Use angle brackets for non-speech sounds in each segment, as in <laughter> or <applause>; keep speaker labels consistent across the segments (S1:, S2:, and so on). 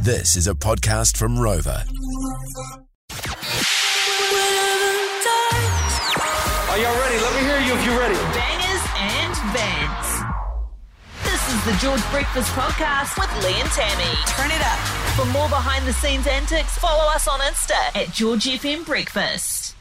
S1: This is a podcast from Rover.
S2: Are y'all ready? Let me hear you if you're ready.
S3: Bangers and bands. This is the George Breakfast Podcast with Lee and Tammy. Turn it up. For more behind the scenes antics, follow us on Insta at George FM Breakfast.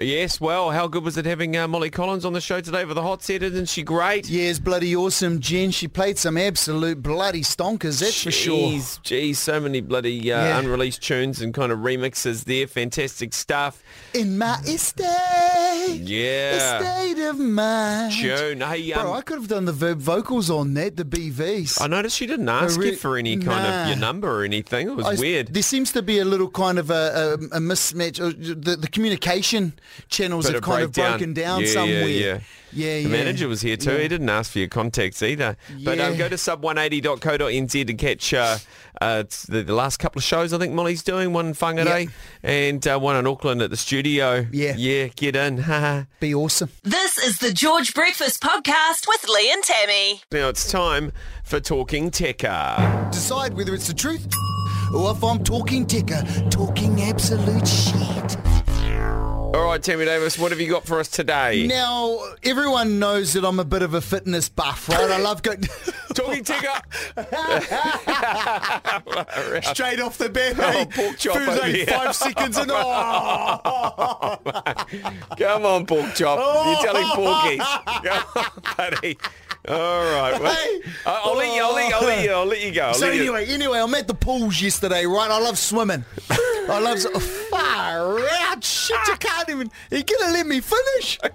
S4: Yes, well, how good was it having uh, Molly Collins on the show today for the hot set? Isn't she great?
S5: Yeah, it's bloody awesome, Jen. She played some absolute bloody stonkers, that's for sure.
S4: Jeez, geez, so many bloody uh,
S5: Yeah.
S4: unreleased tunes and kind of remixes there. Fantastic stuff.
S5: In my estate,
S4: Yeah.
S5: estate of mind.
S4: June. Hey, um,
S5: Bro, I could have done the verb vocals on that, the BVs.
S4: I noticed she didn't ask
S5: re-
S4: you for any kind
S5: Nah.
S4: of your number or anything. It was
S5: I s-
S4: weird.
S5: There seems to be a little kind of a, a, a mismatch. uh, The, the communication channels
S4: Bit
S5: have
S4: of
S5: kind
S4: breakdown.
S5: of broken down
S4: Yeah, yeah,
S5: somewhere.
S4: yeah.
S5: yeah.
S4: The
S5: yeah.
S4: manager was here too. He didn't ask for your contacts either. But um,
S5: Yeah.
S4: go to sub180.co.nz to catch uh, uh, it's the, the last couple of shows I think Molly's doing, one in Whangarei
S5: Yeah.
S4: and uh, one in Auckland at the studio.
S5: Yeah.
S4: Yeah, get in. <laughs> Ha ha.
S5: Be awesome.
S3: This is the George Breakfast Podcast with Lee and Tammy.
S4: Now it's time for Talking Tekka.
S5: Decide whether it's the truth or if I'm talking ticker, talking absolute shit.
S4: All right, Tammy Davis, what have you got for us today?
S5: Now, everyone knows that I'm a bit of a fitness buff, right? I
S4: <laughs>
S5: love going
S4: Talking Tekka.
S5: straight off the bat.
S4: Oh,
S5: eh?
S4: pork chop
S5: Food's
S4: over
S5: only
S4: here.
S5: five seconds
S4: <laughs>
S5: and oh,
S4: Come on, Pork Chop. You're telling
S5: <laughs>
S4: Porkies. Come on, buddy. All right. Well,
S5: Hey.
S4: I- Uh, I'll, let you, I'll, let you, I'll let you. I'll let you go. I'll
S5: So
S4: let you-
S5: anyway, anyway, I'm at the pools yesterday, right? I
S4: <laughs>
S5: love swimming. I love oh, far out shit. You can't even. You gonna let me finish?
S4: <laughs>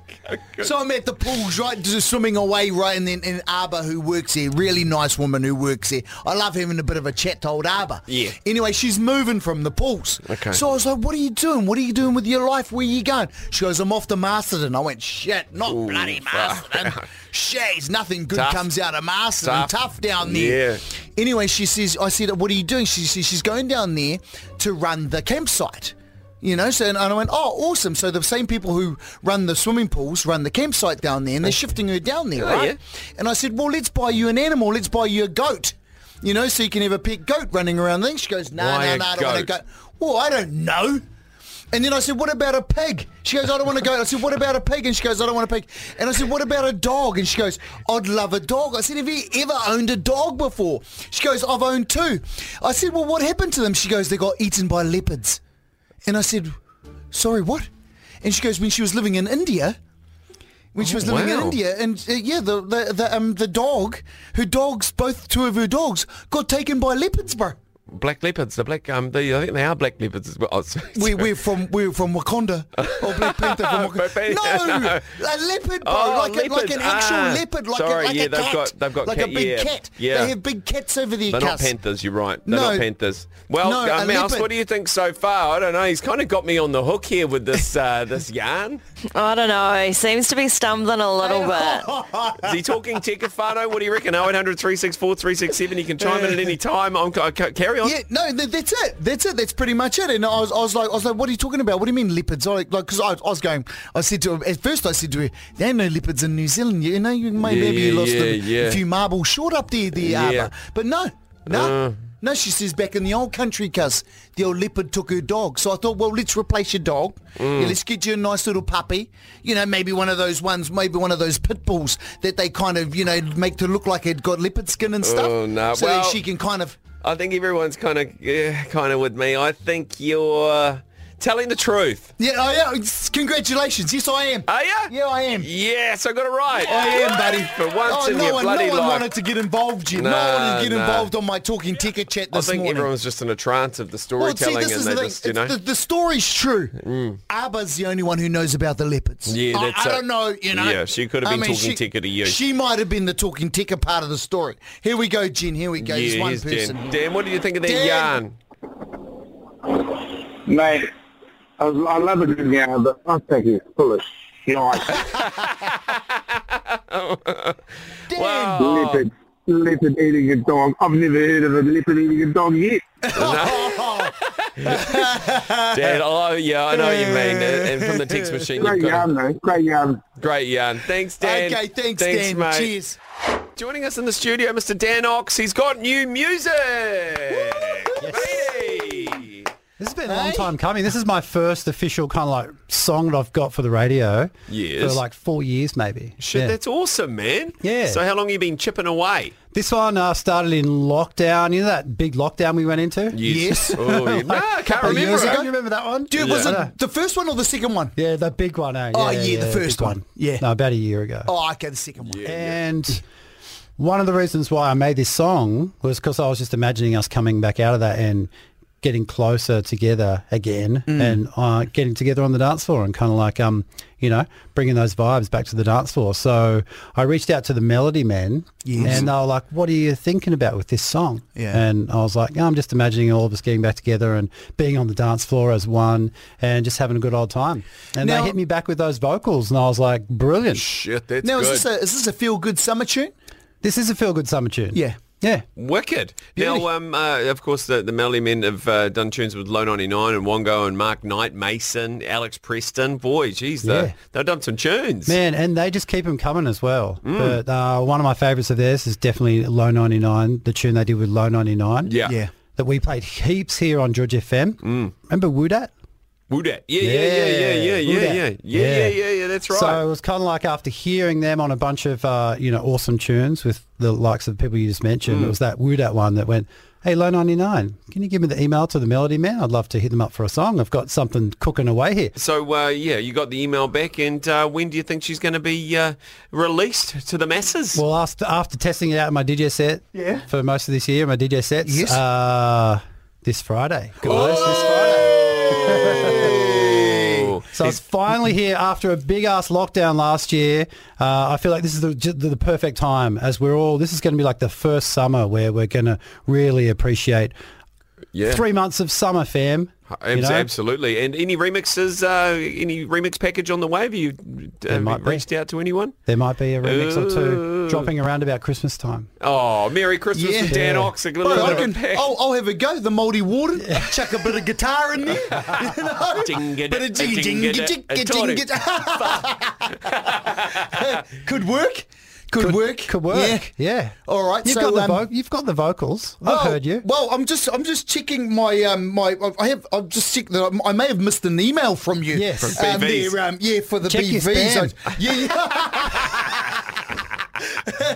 S5: So I'm at the pools, right, just swimming away, right, and then and Arba, who works there, really nice woman who works there. I love having a bit of a chat to old Arba.
S4: Yeah.
S5: Anyway, she's moving from the pools.
S4: Okay.
S5: So I was like, "What are you doing? What are you doing with your life? Where you going?" She goes, "I'm off to Masterton." I went, "Shit, not bloody Masterton."
S4: <laughs>
S5: Shays, nothing good
S4: Tough.
S5: comes out of Masterton.
S4: Tough.
S5: Tough, down there.
S4: Yeah.
S5: Anyway, she says, I said, what are you doing? She says, she's going down there to run the campsite. You know, so and I went, oh, awesome. So the same people who run the swimming pools run the campsite down there and they're shifting her down there,
S4: Oh,
S5: right?
S4: yeah.
S5: And I said, well, let's buy you an animal. Let's buy you a goat, you know, so you can have a pet goat running around. Then she goes, no,
S4: Why
S5: no,
S4: a
S5: no, I don't want a
S4: goat?
S5: goat. Well, I don't know. And then I said, what about a pig? She goes, I don't want to go. I said, what about a pig? And she goes, I don't want a pig. And I said, what about a dog? And she goes, I'd love a dog. I said, have you ever owned a dog before? She goes, I've owned two. I said, well, what happened to them? She goes, they got eaten by leopards. And I said, sorry, what? And she goes, when she was living in India, when she was living in
S4: wow.
S5: India, and uh, yeah, the the the, um, the dog, her dogs, both two of her dogs, got taken by leopards, bro.
S4: Black leopards. The black. Um. The, I think they are black leopards as well. Oh, sorry,
S5: We,
S4: sorry.
S5: we're from we're from Wakanda or Black Panther
S4: <laughs>
S5: from Wakanda.
S4: No.
S5: No, a leopard, bro,
S4: Oh,
S5: like, a, like
S4: leopards.
S5: an actual
S4: Ah.
S5: leopard, like
S4: Sorry,
S5: a, like
S4: yeah,
S5: a
S4: they've
S5: cat,
S4: got- they've got
S5: like
S4: cat,
S5: a big
S4: yeah,
S5: cat.
S4: yeah.
S5: They have big cats over there.
S4: They're not
S5: cuss.
S4: panthers, you're right. They're not
S5: No.
S4: panthers. Well,
S5: No,
S4: uh,
S5: a
S4: Mouse,
S5: leopard.
S4: what do you think so far? I don't know. He's kind of got me on the hook here with this
S5: <laughs>
S4: uh, this yarn.
S6: Oh, I don't know. He seems to be stumbling a little bit.
S4: Is he talking Tekafano? What do you reckon? 0800 364 367. You can chime in at
S5: <laughs>
S4: any time. I'm, I, ca- carry on.
S5: Yeah, no, th- that's it. That's it. That's pretty much it. And I was, I was like, I was like, what are you talking about? What do you mean leopards? I like, because I, I was going, I said to her, at first I said to her, there are no leopards in New Zealand. You know, you may
S4: Yeah,
S5: maybe you
S4: yeah,
S5: lost a,
S4: yeah, yeah.
S5: a few marbles short up there, the
S4: Yeah. Uh.
S5: harbour. But no, no. no, she says back in the old country, cuz the old leopard took her dog. So I thought, well, let's replace your dog.
S4: Mm.
S5: Yeah, let's get you a nice little puppy. You know, maybe one of those ones, maybe one of those pit bulls that they kind of, you know, make to look like it got leopard skin and stuff.
S4: Oh, no.
S5: So
S4: Well-
S5: that she can kind of
S4: I think everyone's kind of yeah, kind of with me. I think you're telling the truth.
S5: Yeah, I am. It's- Congratulations. Yes, I am.
S4: Are you?
S5: Yeah, I am.
S4: Yes, I got it right.
S5: I am, buddy.
S4: For once
S5: oh,
S4: in
S5: no
S4: your
S5: one,
S4: bloody
S5: no one
S4: life.
S5: wanted to get involved yet. no
S4: Nah,
S5: one wanted to get
S4: nah.
S5: involved on my talking ticker chat
S4: I
S5: this
S4: think
S5: morning.
S4: everyone's just in a trance of the
S5: well, see,
S4: storytelling
S5: this
S4: and
S5: is
S4: they
S5: the thing.
S4: just, you
S5: It's
S4: know. Mm.
S5: the, the story's true. Abba's the only one who knows about the leopards.
S4: Yeah,
S5: I,
S4: that's
S5: I
S4: it.
S5: don't know, you know.
S4: Yeah, she could have
S5: I
S4: been
S5: mean,
S4: talking
S5: she-
S4: ticker to you.
S5: She might have been the talking ticker part of the story. Here we go, Jen. Here we go. There's
S4: yeah,
S5: one
S4: here's
S5: person.
S4: Dan. Dan, what do you think of that
S5: Dan.
S4: yarn?
S7: Mate, I, I love it in now, but I'm thinking it's full of shite.
S5: Dan!
S7: leopard, leopard eating a dog. I've never heard of a leopard eating a dog yet.
S4: Dan, oh yeah, I know what you mean. And and from the text machine,
S7: Great
S4: you've got
S7: yarn, though. Great yarn.
S4: a great yarn. Thanks, Dan.
S5: Okay, thanks, Dan.
S4: mate.
S5: Cheers.
S4: Joining us in the studio, Mr. Dan Ox. He's got new music. Yes.
S8: been a long
S5: Hey?
S8: time coming. This is my first official kind of like song that I've got for the radio.
S4: Yes.
S8: For like four years maybe.
S4: Shit,
S8: Yeah.
S4: that's awesome, man.
S8: Yeah.
S4: So how long you been chipping away?
S8: This one uh, started in lockdown. You know that big lockdown we went into?
S4: Yes. oh,
S5: <laughs>
S4: yeah. Nah, I can't
S5: Oh,
S4: remember.
S5: years
S4: it.
S5: ago?
S8: You remember that one?
S5: Dude, was
S8: I know.
S5: it the first one or the second one?
S8: Yeah, the big one. eh?
S5: Oh, yeah, the
S8: big
S5: first one. Yeah.
S8: No, about a year ago.
S5: Oh, okay, the second one.
S8: And one of the reasons why I made this song was because I was just imagining us coming back out of that and getting closer together again
S5: Mm.
S8: and uh, getting together on the dance floor and kind of like, um, you know, bringing those vibes back to the dance floor. So I reached out to the Melody Men and they were like, what are you thinking about with this song?
S5: Yeah.
S8: And I was like, "Yeah, I'm just imagining all of us getting back together and being on the dance floor as one and just having a good old time. And
S5: Now-
S8: they hit me back with those vocals and I was like, brilliant.
S4: Shit, that's
S5: Now,
S4: good.
S5: is this, a, is this a feel-good summer tune?
S8: This is a feel good summer tune.
S5: Yeah.
S8: Yeah.
S4: Wicked. Now, um, uh, of course, the, the Melody Men have uh, done tunes with Low 99 and Wongo and Mark Knight, Mason, Alex Preston. Boy, geez, they,
S8: Yeah.
S4: they've done some tunes.
S8: Man, and they just keep them coming as well.
S4: Mm.
S8: But uh, one of my favourites of theirs is definitely Low 99, the tune they did with Low 99.
S4: Yeah.
S5: Yeah.
S8: That we played heaps here on George FM. Mm. Remember Woodat?
S4: Woo dat. Yeah, yeah, yeah, yeah, yeah, yeah,
S8: Woodat.
S4: yeah, yeah, yeah, yeah, yeah, that's right.
S8: So it was kind of like after hearing them on a bunch of, uh, you know, awesome tunes with the likes of the people you just mentioned,
S4: Mm.
S8: it was that Woodat one that went, hey, Low 99, can you give me the email to the Melody Man? I'd love to hit them up for a song. I've got something cooking away here.
S4: So uh, yeah, you got the email back, and uh, when do you think she's going to be uh, released to the masses?
S8: Well, after, after testing it out in my DJ set
S5: Yeah.
S8: for most of this year, my DJ sets,
S5: Yes.
S8: uh, this Friday. guys, this
S4: Oh!
S8: So it's finally here after a big ass lockdown last year. Uh, I feel like this is the, ju- the, the perfect time as we're all, this is going to be like the first summer where we're going to really appreciate
S4: yeah,
S8: three months of summer, fam.
S4: Abs-
S8: You know?
S4: absolutely. And any remixes, uh, any remix package on the way? Have you uh,
S8: might be.
S4: reached out to anyone?
S8: There might be a remix or
S4: Ooh.
S8: two dropping around about Christmas time.
S4: Oh, Merry Christmas
S5: Yeah.
S4: to Dan
S8: Yeah.
S4: Ox. A little
S5: Bro, I
S4: bit of
S5: can, oh.
S4: a
S5: I'll, I'll have a go. The Mouldy Warden. Chuck a bit of guitar <laughs> in there. You know?
S4: Jinga-da,
S5: Bit of jinga-
S4: jinga-da,
S5: jinga-
S4: a
S5: jinga- jinga- <laughs> Could work. Could, work.
S8: Could work. Yeah.
S5: All right,
S8: You've,
S5: so,
S8: got, the
S5: um,
S8: vo- you've got the vocals.
S5: Well-
S8: I've heard you.
S5: Well, I'm just I'm just checking my um my I have I'm just checked that I, I may have missed an email from you.
S8: Yes. From
S5: um,
S4: BVs.
S5: there, um, yeah, for the
S8: Check your
S5: BVs.
S8: spam.
S5: I-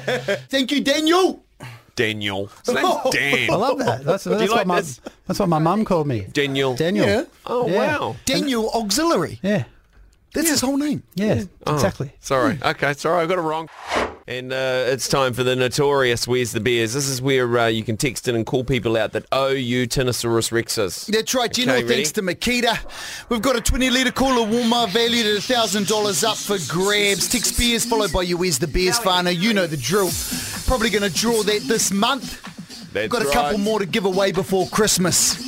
S5: yeah, yeah. <laughs>
S8: <laughs>
S5: Thank you, Daniel.
S4: Daniel.
S5: <laughs>
S4: His name's Dan.
S8: I
S5: Oh,
S8: love that. That's, that's,
S4: like
S8: what, my,
S4: this?
S8: that's what my mum called me.
S4: Daniel.
S8: Daniel.
S5: Yeah.
S4: Oh
S8: Yeah.
S4: wow.
S5: Daniel Auxiliary.
S8: Yeah.
S5: That's his whole name.
S8: Yeah,
S4: Oh.
S8: exactly.
S4: Sorry. Okay, sorry, I got it wrong. And uh, it's time for the notorious Where's the Bears. This is where uh, you can text in and call people out that owe you Tyrannosaurus Rexes.
S5: That's right, you know,
S4: Okay,
S5: thanks to Makita. We've got a 20 litre cooler warmer valued at $1,000 up for grabs. Text beers followed by your Where's the Bears Farner. You know the drill. Probably going to draw that this month.
S4: That's
S5: Got a
S4: right.
S5: couple more to give away before Christmas.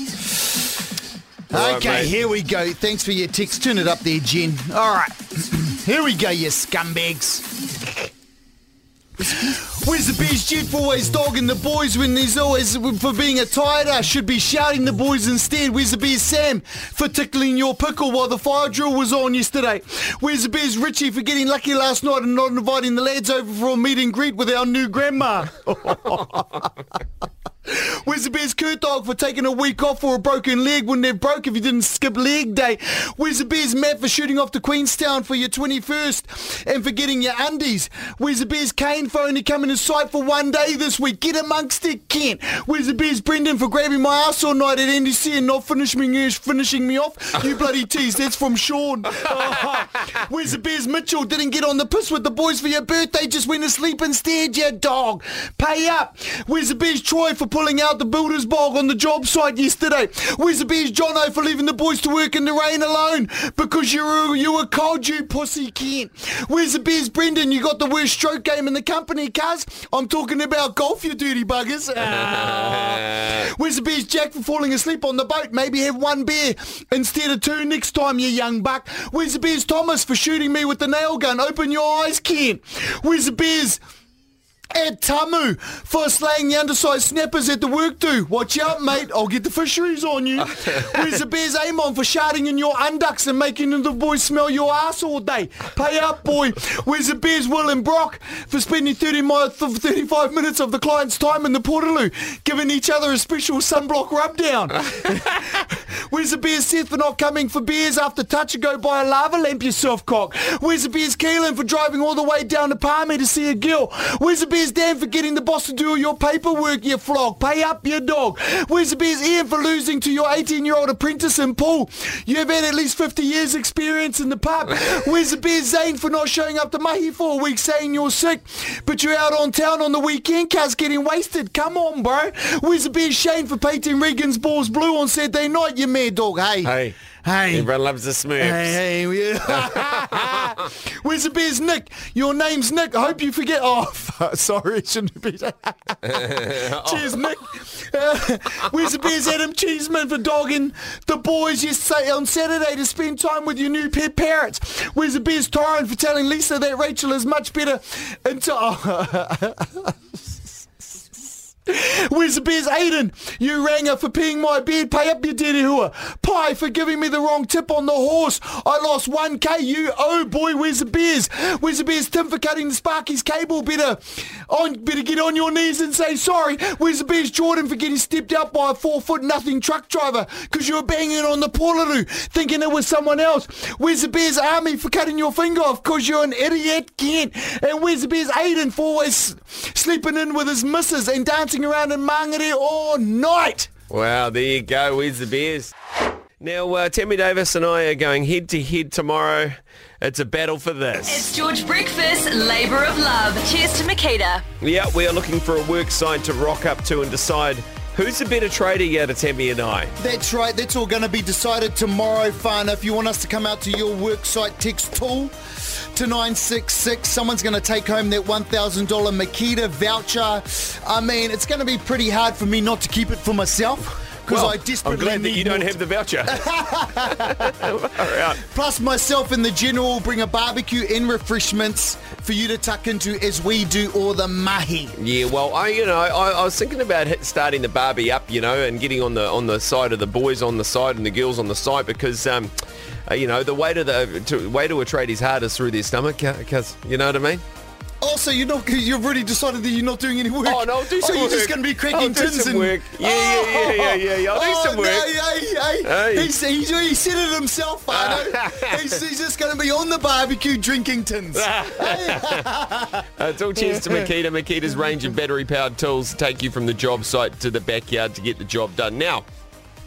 S4: All right,
S5: okay,
S4: mate.
S5: here we go. Thanks for your text. Turn it up there, Jen. All right. <clears throat> here we go, you scumbags. Where's the bees jet for always dogging the boys when there's always for being a tighter? Should be shouting the boys instead. Where's the bees Sam for tickling your pickle while the fire drill was on yesterday? Where's the bees Richie for getting lucky last night and not inviting the lads over for a meet and greet with our new grandma? Where's the bears Kurt Dog for taking a week off for a broken leg? Wouldn't have broke if you didn't skip leg day. Where's the bears Matt for shooting off to Queenstown for your 21st and for getting your undies? Where's the bears Kane for only coming to sight for one day this week? Get amongst it, Kent. Where's the bears Brendan for grabbing my ass all night at NDC and not finishing me, finishing me off? You bloody tease. That's from Sean. Where's the bears Mitchell? Didn't get on the piss with the boys for your birthday. Just went to sleep instead, you dog. Pay up. Where's the bears Troy for pulling out the builder's bog on the job site yesterday? Where's the bears Jono for leaving the boys to work in the rain alone because you were, you were cold, you pussy Kent? Where's the bears Brendan? You got the worst stroke game in the company, cuz. I'm talking about golf, you dirty buggers. Ah. Where's the bears Jack for falling asleep on the boat? Maybe have one beer instead of two next time, you young buck. Where's the bears Thomas for shooting me with the nail gun? Open your eyes, Kent. Where's the bears? Ed Tamu for slaying the undersized snappers at the work do. Watch out, mate. I'll get the fisheries on you. Where's the Bears Amon for shouting in your unducks and making the boys smell your ass all day? Pay up, boy. Where's the Bears Will and Brock for spending 30 mi- th- 35 minutes of the client's time in the Portaloo, giving each other a special sunblock rub down? Where's the beers Seth for not coming for beers after touch and go by a lava lamp, you soft cock? Where's the beers Keelan for driving all the way down to Palmy to see a girl? Where's the beers Dan for getting the boss to do all your paperwork, you flog? Pay up, your dog. Where's the beers Ian for losing to your 18-year-old apprentice in pool? You've had at least 50 years experience in
S4: <laughs>
S5: the pub. Where's the beers Zane for not showing up to Mahi for a week saying you're sick, but you're out on town on the weekend, cuz getting wasted? Come on, bro. Where's the beers Shane for painting Regan's balls blue on Saturday night, you mad dog? Hey.
S4: Hey.
S5: Hey.
S4: Everyone loves the Smurfs.
S5: Hey, hey, yeah. <laughs> Where's the beers, Nick? Your name's Nick. I hope you forget. Oh, <laughs> fuck, sorry, it shouldn't have been. <laughs> Cheers, Nick. Uh, where's the beers, Adam Cheeseman, for dogging the boys yesterday on Saturday to spend time with your new pet parents? Where's the beers, Tyron, for telling Lisa that Rachel is much better into... Oh. Where's the beers, Aiden? You rang her for peeing my bed. Pay up, you dirty whore. Pie for giving me the wrong tip on the horse. I lost 1k. You, oh boy, where's the beers? Where's the beers, Tim, for cutting the Sparky's cable? Better, on, better get on your knees and say sorry. Where's the beers, Jordan, for getting stepped out by a four foot nothing truck driver because you were banging on the Porlaroo thinking it was someone else? Where's the beers, Army, for cutting your finger off because you're an idiot, Kent? And where's the beers, Aiden, for always sleeping in with his missus and dancing around in Mangere all night.
S4: Wow, there you go. Where's the beers? Now, uh, Tammy Davis and I are going head to head tomorrow. It's a battle for this.
S3: It's George Breakfast, Labour of Love. Cheers to Makita.
S4: Yeah, we are looking for a work site to rock up to and decide who's the better tradie out of Tammy and I.
S5: That's right. That's all going to be decided tomorrow, Fana. If you want us to come out to your worksite text tool to 966, someone's going to take home that $1,000 Makita voucher. I mean, it's going to be pretty hard for me not to keep it for myself because I
S4: I'm
S5: desperately
S4: glad that
S5: need
S4: you don't
S5: more
S4: have the
S5: <laughs>
S4: voucher. Far out.
S5: Plus, myself and the general will bring a barbecue and refreshments for you to tuck into as we do all the mahi.
S4: Yeah, well, I you know, I, I was thinking about hit- starting the barbie up, you know, and getting on the on the side of the boys on the side and the girls on the side because, um, uh, you know, the way to the to, way to a tradie's hard is through their stomach, because you know what I mean.
S5: Also, you're not, you've already decided that you're not doing any work.
S4: Oh no, I'll do
S5: so
S4: some
S5: you're
S4: work.
S5: just going to be cracking
S4: I'll do
S5: tins
S4: some
S5: and...
S4: work. Yeah, yeah, yeah, yeah, yeah, yeah. I'll
S5: oh,
S4: do some work.
S5: No, hey, hey,
S4: Hey.
S5: He's, he's, he said it himself, Arno.
S4: <laughs>
S5: he's, he's just going to be on the barbecue drinking tins.
S4: Ah, Uh, it's all cheers to Makita. Makita's range of battery-powered tools take you from the job site to the backyard to get the job done. Now,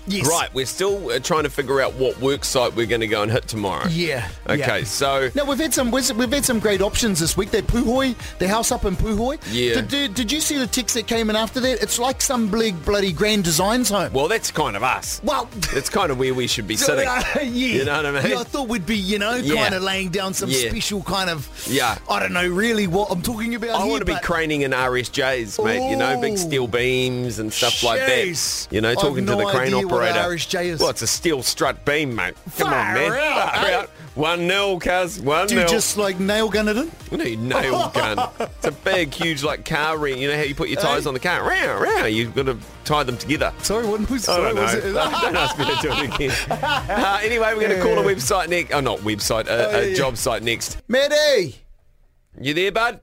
S5: yes.
S4: right, we're still uh, trying to figure out what work site we're going to go and hit tomorrow.
S5: Yeah.
S4: Okay,
S5: yeah.
S4: so
S5: Now we've had some we've we've had some great options this week. That Puhoi, the house up in Puhoi.
S4: Yeah.
S5: Did, did, did you see the text that came in after that? It's like some big bloody Grand Designs home.
S4: well, that's kind of us.
S5: Well. <laughs>
S4: That's kind of where we should be sitting.
S5: yeah.
S4: You know what I mean?
S5: Yeah, I thought we'd be, you know,
S4: Yeah.
S5: kind of laying down some
S4: Yeah.
S5: special kind of,
S4: Yeah.
S5: I don't know really what I'm talking about
S4: I
S5: here,
S4: want to be
S5: but-
S4: craning in RSJs, mate. You know,
S5: Ooh.
S4: big steel beams and stuff like
S5: Jeez.
S4: that. You know,
S5: I've
S4: talking
S5: no
S4: to the crane
S5: idea what
S4: operator.
S5: RSJ is.
S4: Well, it's a steel strut beam, mate. Come
S5: Far
S4: on, man.
S5: out,
S4: Far
S5: eh?
S4: out. One nil, cuz. One
S5: Do you
S4: nil.
S5: just like nail gun it in?
S4: We need
S5: <laughs>
S4: nail gun. it's a big, huge, like car ring. You know how you put your tyres on the car? Round, round. You've got to tie them together.
S5: Sorry, what was,
S4: I
S5: sorry,
S4: don't know.
S5: was
S4: <laughs>
S5: it?
S4: don't ask me to do it again. <laughs> Uh, anyway, we're going to call a website next. Oh, not website, a, a
S5: yeah.
S4: job site next. <laughs>
S5: Maddie!
S4: You there, bud?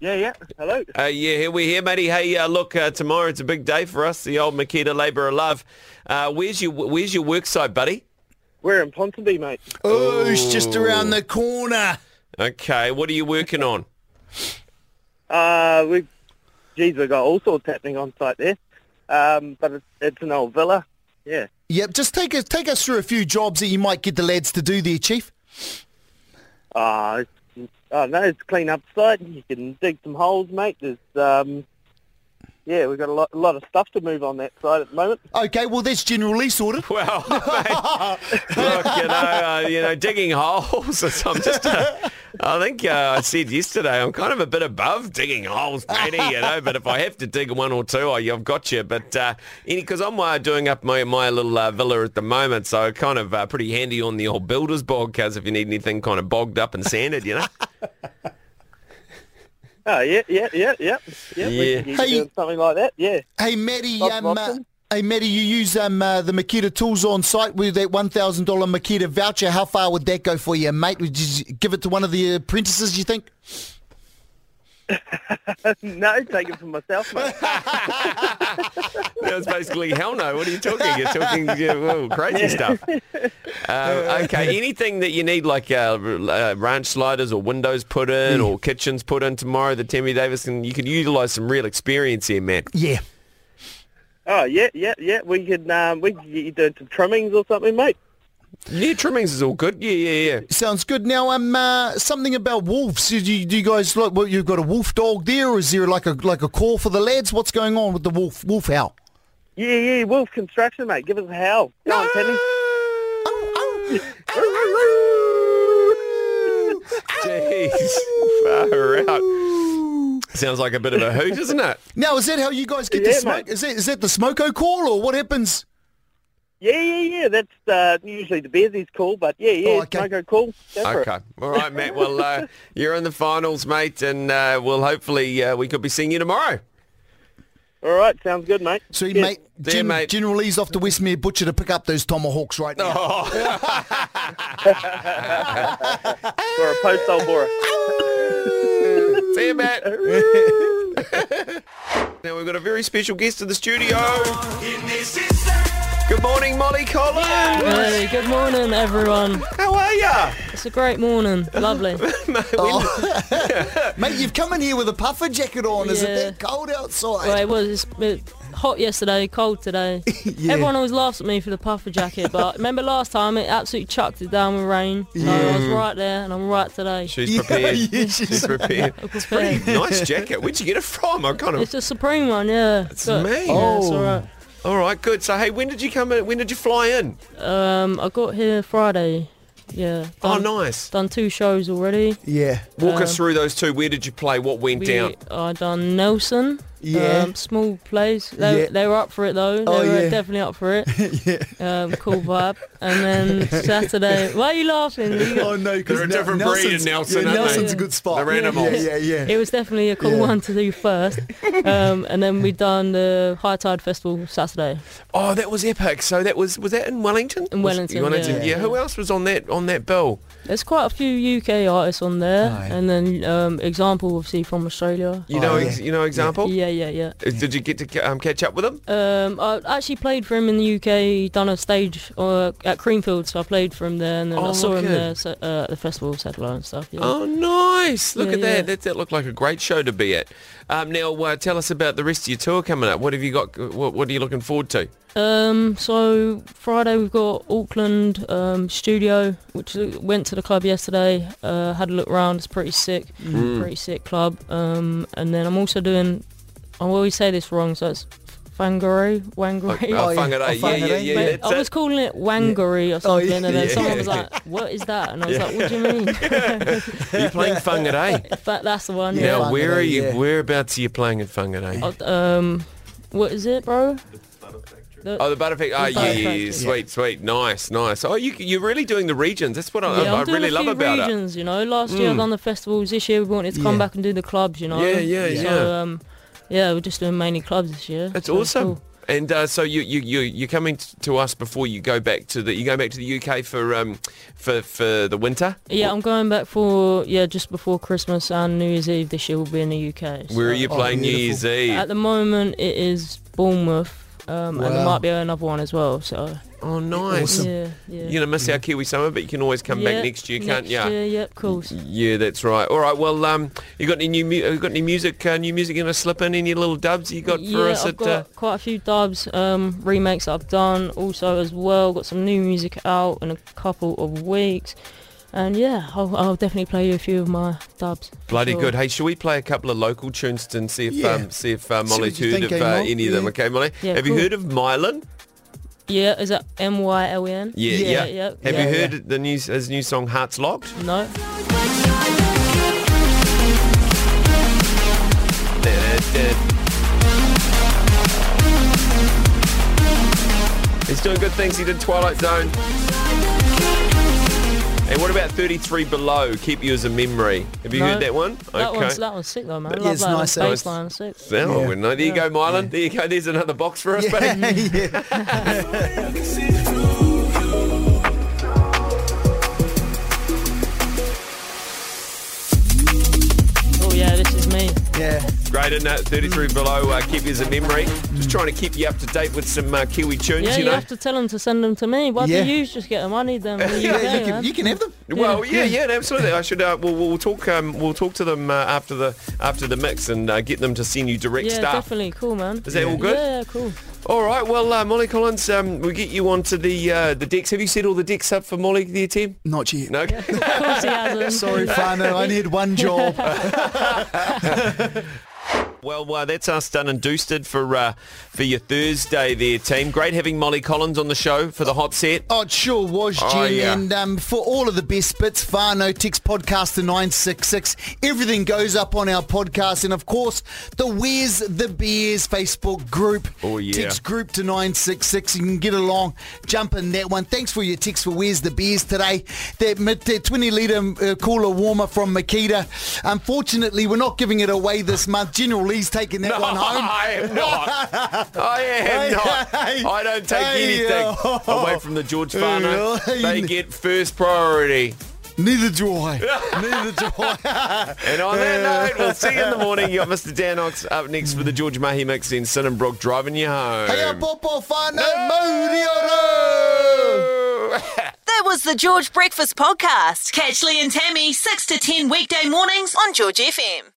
S7: Yeah, yeah. Hello.
S4: Uh, yeah, here we're here, matey. Hey, uh, look, uh, tomorrow it's a big day for us, the old Makita Labour of Love. Uh, where's your Where's your work site, buddy?
S7: We're in Ponsonby, mate.
S5: Oh, it's just around the corner.
S4: Okay, what are you working on?
S7: Uh, we, geez, we've got all sorts happening on site there. Um, but it's, it's an old villa. Yeah.
S5: Yep, just take us take us through a few jobs that you might get the lads to do there, Chief.
S7: Uh, it's, oh, no, it's a clean up site. You can dig some holes, mate. There's, um, yeah, we've got a lot, a lot of stuff to move on that site at the moment.
S5: Okay, well that's generally sorted.
S4: Well, <laughs> mate, look, you know, uh, you know, digging holes. Or something. Just, uh, I think uh, I said yesterday, I'm kind of a bit above digging holes, matey. You know, but if I have to dig one or two, I, I've got you. But uh, any, because I'm uh, doing up my my little uh, villa at the moment, so kind of uh, pretty handy on the old builder's bog, cause if you need anything kind of bogged up and sanded, you know.
S7: Oh, yeah, yeah, yeah, yeah. <laughs>
S4: Yeah.
S7: Yeah, we can get
S5: Hey.
S7: doing something like that, yeah. <laughs>
S5: Hey Maddie,
S7: Bob
S5: um, uh,
S7: Watson?
S5: hey Maddie, you use um uh, the Makita tools on site with that one thousand dollar Makita voucher. How far would that go for you, mate? Would you give it to one of the apprentices? You think?
S7: no, take it for
S5: <laughs>
S7: myself, mate.
S4: That was basically hell no. What are you talking? You're talking yeah, well, crazy stuff. Uh, okay, anything that you need, like uh, r- uh, ranch sliders or windows put in or kitchens put in tomorrow, that Timmy Davis can you could utilise some real experience here, man.
S5: Yeah.
S7: Oh yeah, yeah, yeah. We could um, we could get you doing some trimmings or something, mate.
S4: Yeah, trimmings is all good. Yeah, yeah, yeah.
S5: Sounds good. Now, um, uh, something about wolves. Do you, do you guys like? Well, you've got a wolf dog there, or is there like a like a call for the lads? What's going on with the wolf wolf howl?
S7: Yeah, yeah. Wolf construction, mate. Give us a howl. Go on,
S4: Ah!
S7: Penny.
S4: Jeez, far out. Sounds like a bit of a hoot, isn't it?
S5: Now, is that how you guys get the
S7: Yeah,
S5: smoke?
S7: mate.
S5: Is that is that the smoko call, or what happens?
S7: Yeah, yeah, yeah. That's uh, usually the bearsies call, but yeah, yeah.
S5: Oh,
S7: it's
S5: okay.
S7: no go call. Go for it.
S4: Okay. All right, Matt. Well, uh, you're in the finals, mate, and uh, we'll hopefully uh, we could be seeing you tomorrow.
S7: All right, sounds good, mate.
S5: So, you
S7: Yeah.
S5: mate,
S4: There,
S5: Gen-
S4: mate.
S5: General Lee's off to Westmere Butcher to pick up those tomahawks right now.
S7: For a post old bora.
S4: See you, Matt. <laughs> now we've got a very special guest in the studio. Good morning, Molly Collins.
S9: Hey, good morning, everyone.
S4: How are ya?
S9: It's a great morning. Lovely.
S4: Oh.
S5: Mate, you've come in here with a puffer jacket on. Is it
S9: Yeah.
S5: that cold outside?
S9: Well, it was it's hot yesterday, cold
S5: <laughs>
S9: today. Everyone always laughs at me for the puffer jacket, but remember last time it absolutely chucked it down with rain. So I was right there, and I'm right today.
S4: She's prepared.
S5: yeah,
S4: She's prepared.
S9: I'm prepared.
S4: nice jacket. Where'd you get it from? I kind
S9: <laughs>
S4: of.
S9: It's a supreme one, yeah. It's
S4: me.
S9: Yeah, it's all right.
S4: All right, good. So, hey, when did you come in? When did you fly in?
S9: Um, I got here Friday. Yeah.
S4: Oh,
S9: done-
S4: nice.
S9: Done two shows
S5: Oh.
S9: already.
S5: yeah.
S4: Walk us through those two. Where did you play? What went
S9: We
S4: down?
S9: I done Nelson.
S5: Yeah.
S9: Um, small place. They,
S5: Yeah.
S9: they were up for it though. They
S5: Oh,
S9: were
S5: yeah.
S9: definitely up for
S5: <laughs>
S9: it. Um, cool vibe. And then Saturday. Why are you laughing?
S5: <laughs>
S9: You got-
S5: Oh no, because
S4: They're a different breed in Nelson,
S5: Yeah,
S4: aren't they?
S5: Nelson's a good spot.
S4: They're animals.
S5: Yeah, <laughs> yeah, yeah.
S9: It was definitely a cool
S5: Yeah.
S9: one to do first. Um, and then we done the High Tide Festival Saturday.
S4: Oh, that was epic. So that was was that in Wellington?
S9: In
S4: Was-
S9: Wellington,
S4: Wellington.
S9: yeah.
S4: Who else was on that on that bill?
S9: There's quite a few UK artists on there. And then um, Example, obviously, from Australia.
S4: You
S5: Oh,
S4: know,
S5: yeah.
S4: ex- you know, example.
S9: Yeah, yeah, yeah.
S4: Uh, Did you get to ca- um, catch up with them?
S9: Um, I actually played for him in the UK, done a stage uh, at Creamfield, so I played for him there, and then
S4: Oh,
S9: I saw him
S4: okay.
S9: there so, uh, at the festival, satellite and stuff. Yeah.
S4: Oh, nice! Look
S9: Yeah,
S4: at that.
S9: yeah.
S4: that. That looked like a great show to be at. Um, now, uh, tell us about the rest of your tour coming up. What have you got? uh, What, what are you looking forward to?
S9: Um, so Friday we've got Auckland um, studio, which l- went to the club yesterday. Uh, had a look round. It's pretty sick,
S5: Mm.
S9: pretty sick club. Um, and then I'm also doing. I always say this wrong, so it's Whangarei,
S4: Like,
S9: Whangarei.
S4: uh,
S5: Oh, yeah.
S4: Whangarei.
S5: Oh,
S4: Yeah, yeah, yeah.
S5: Whangarei.
S9: Mate,
S4: that's
S9: I was
S4: it.
S9: calling it Wangaree or
S5: Oh,
S9: something,
S5: yeah.
S9: and then
S4: Yeah.
S9: someone was like, "What is that?" And I was like, "What do you mean?"
S4: Are you playing
S9: <laughs>
S4: Whangarei?
S9: that, that's the one.
S4: now,
S9: Yeah.
S4: where are
S5: Whangarei,
S4: you?
S5: yeah.
S4: Whereabouts are you playing in Whangarei? Oh,
S9: Um, what is it, bro? The-
S4: the Butterfly. Oh, yeah,
S9: Butterfly
S4: yeah, yeah.
S9: Factory.
S4: Sweet, sweet. Nice, nice. Oh, you, you're really doing the regions. That's what I,
S9: yeah,
S4: I, I
S9: I'm doing
S4: really
S9: a
S4: love
S9: few
S4: about it. Hmm.
S9: regions, you know. Last year I done the festivals. This year we wanted to come
S5: Yeah.
S9: back and do the clubs, you know.
S4: Yeah,
S9: so,
S4: yeah, yeah.
S9: Um, yeah, we're just doing mainly clubs this year.
S4: That's
S9: so it's
S4: awesome.
S9: cool.
S4: And uh, so you you you you're coming t- to us before you go back to the you go back to the UK for um for for the winter.
S9: Yeah, I'm going back for yeah just before Christmas and New Year's Eve this year. We'll be in the UK.
S4: Where are
S9: so-
S4: you playing New Year's
S9: At
S4: Eve?
S9: the moment, it is Bournemouth, um, and there might be another one as well. So
S4: Oh, nice.
S9: yeah, yeah.
S4: You're gonna miss our Kiwi summer, but you can always come
S9: Yeah,
S4: back next year, can't
S9: next
S4: ya?
S9: Year, yeah, of course.
S4: Yeah, that's right. All right. Well, um, you got any new mu- you got any music? Uh, new music gonna slip in? Any little dubs you got for
S9: yeah,
S4: us?
S9: I've
S4: at,
S9: got
S4: uh,
S9: quite a few dubs, um, remakes that I've done. Also, as well, got some new music out in a couple of weeks. And yeah, I'll, I'll definitely play you a few of my dubs. for
S4: Bloody
S9: sure.
S4: good. Hey, should we play a couple of local tunes and see if
S5: Yeah.
S4: um, see if uh, Molly's
S5: you
S4: heard
S5: think,
S4: of uh,
S5: eh, Mol?
S4: any of them?
S5: Yeah.
S4: Okay, Molly.
S9: Yeah,
S4: Have you
S9: cool.
S4: heard of Mylan?
S9: Yeah, is that M Y L E N?
S4: Yeah, yeah.
S9: yeah.
S4: Have
S9: yeah.
S4: you heard the new his new song Hearts Locked?
S9: No.
S4: He's doing good things. He did Twilight Zone. And what about 33 Below? Keep you as a memory. Have you
S9: No.
S4: heard that one?
S9: That one's that one's sick though, man. I
S5: Yeah,
S9: love
S5: it's
S9: that
S5: nice, eh?
S9: bass line, sick.
S4: Oh,
S5: Yeah.
S4: well, no, there you go, Mylan. There you go. There's another box for us, buddy.
S5: Yeah, yeah.
S9: Oh yeah, this is me.
S5: Yeah.
S4: Great, isn't it? 33 below. Uh, keep yours in memory. Just trying to keep you up to date with some uh, Kiwi tunes,
S9: Yeah,
S4: you
S9: you,
S4: know.
S9: have to tell them to send them to me. Why
S5: Yeah.
S9: do you just get them? I need
S4: <laughs>
S9: them. for the
S5: Yeah,
S9: UK,
S5: you, can,
S9: man.
S5: you can have them.
S4: Well, yeah, yeah, absolutely. I should. Uh, we'll, we'll talk. Um, we'll talk to them uh, after the after the mix and uh, get them to send you direct
S9: yeah,
S4: stuff.
S9: definitely. Cool, man.
S4: Is that all good?
S9: Yeah, cool.
S4: All right. Well, uh, Molly Collins, um, we'll get you onto the uh, the decks. Have you set all the decks up for Molly there, Tim?
S5: Not yet.
S4: No.
S9: Of course he has them.
S5: <laughs> Sorry, Fano, I need one <laughs> job.
S4: <laughs> Well, uh, that's us done and doosted for uh, for your Thursday there, team. Great having Molly Collins on the show for the hot set.
S5: Oh, it sure was, Jen.
S4: Oh, yeah.
S5: And um, for all of the best bits, Fano Text Podcast to 966. Everything goes up on our podcast. And of course, the Where's the Bears Facebook group.
S4: Oh, yeah.
S5: Text group to 966. You can get along, jump in that one. Thanks for your text for Where's the Bears today. That, mid- that 20 litre uh, cooler warmer from Makita. Unfortunately, we're not giving it away this month. General Lee's taking
S4: <laughs>
S5: that one home.
S4: I am
S5: <laughs>
S4: not. I am
S5: Hey,
S4: not. I don't take
S5: hey,
S4: anything
S5: oh.
S4: away from the George
S5: <laughs>
S4: Farno.
S5: Really?
S4: They get first priority.
S5: Neither do I.
S4: <laughs>
S5: Neither do I.
S4: And on that note, we'll see you in the morning. You got Mr. Dan Ox up next for the George Mahi mix in Brook driving you home.
S5: Hey, Popo Fano, Mauriora.
S4: <laughs>
S3: That was the George Breakfast Podcast. Catch Lee and Tammy 6 to 10 weekday mornings on George FM.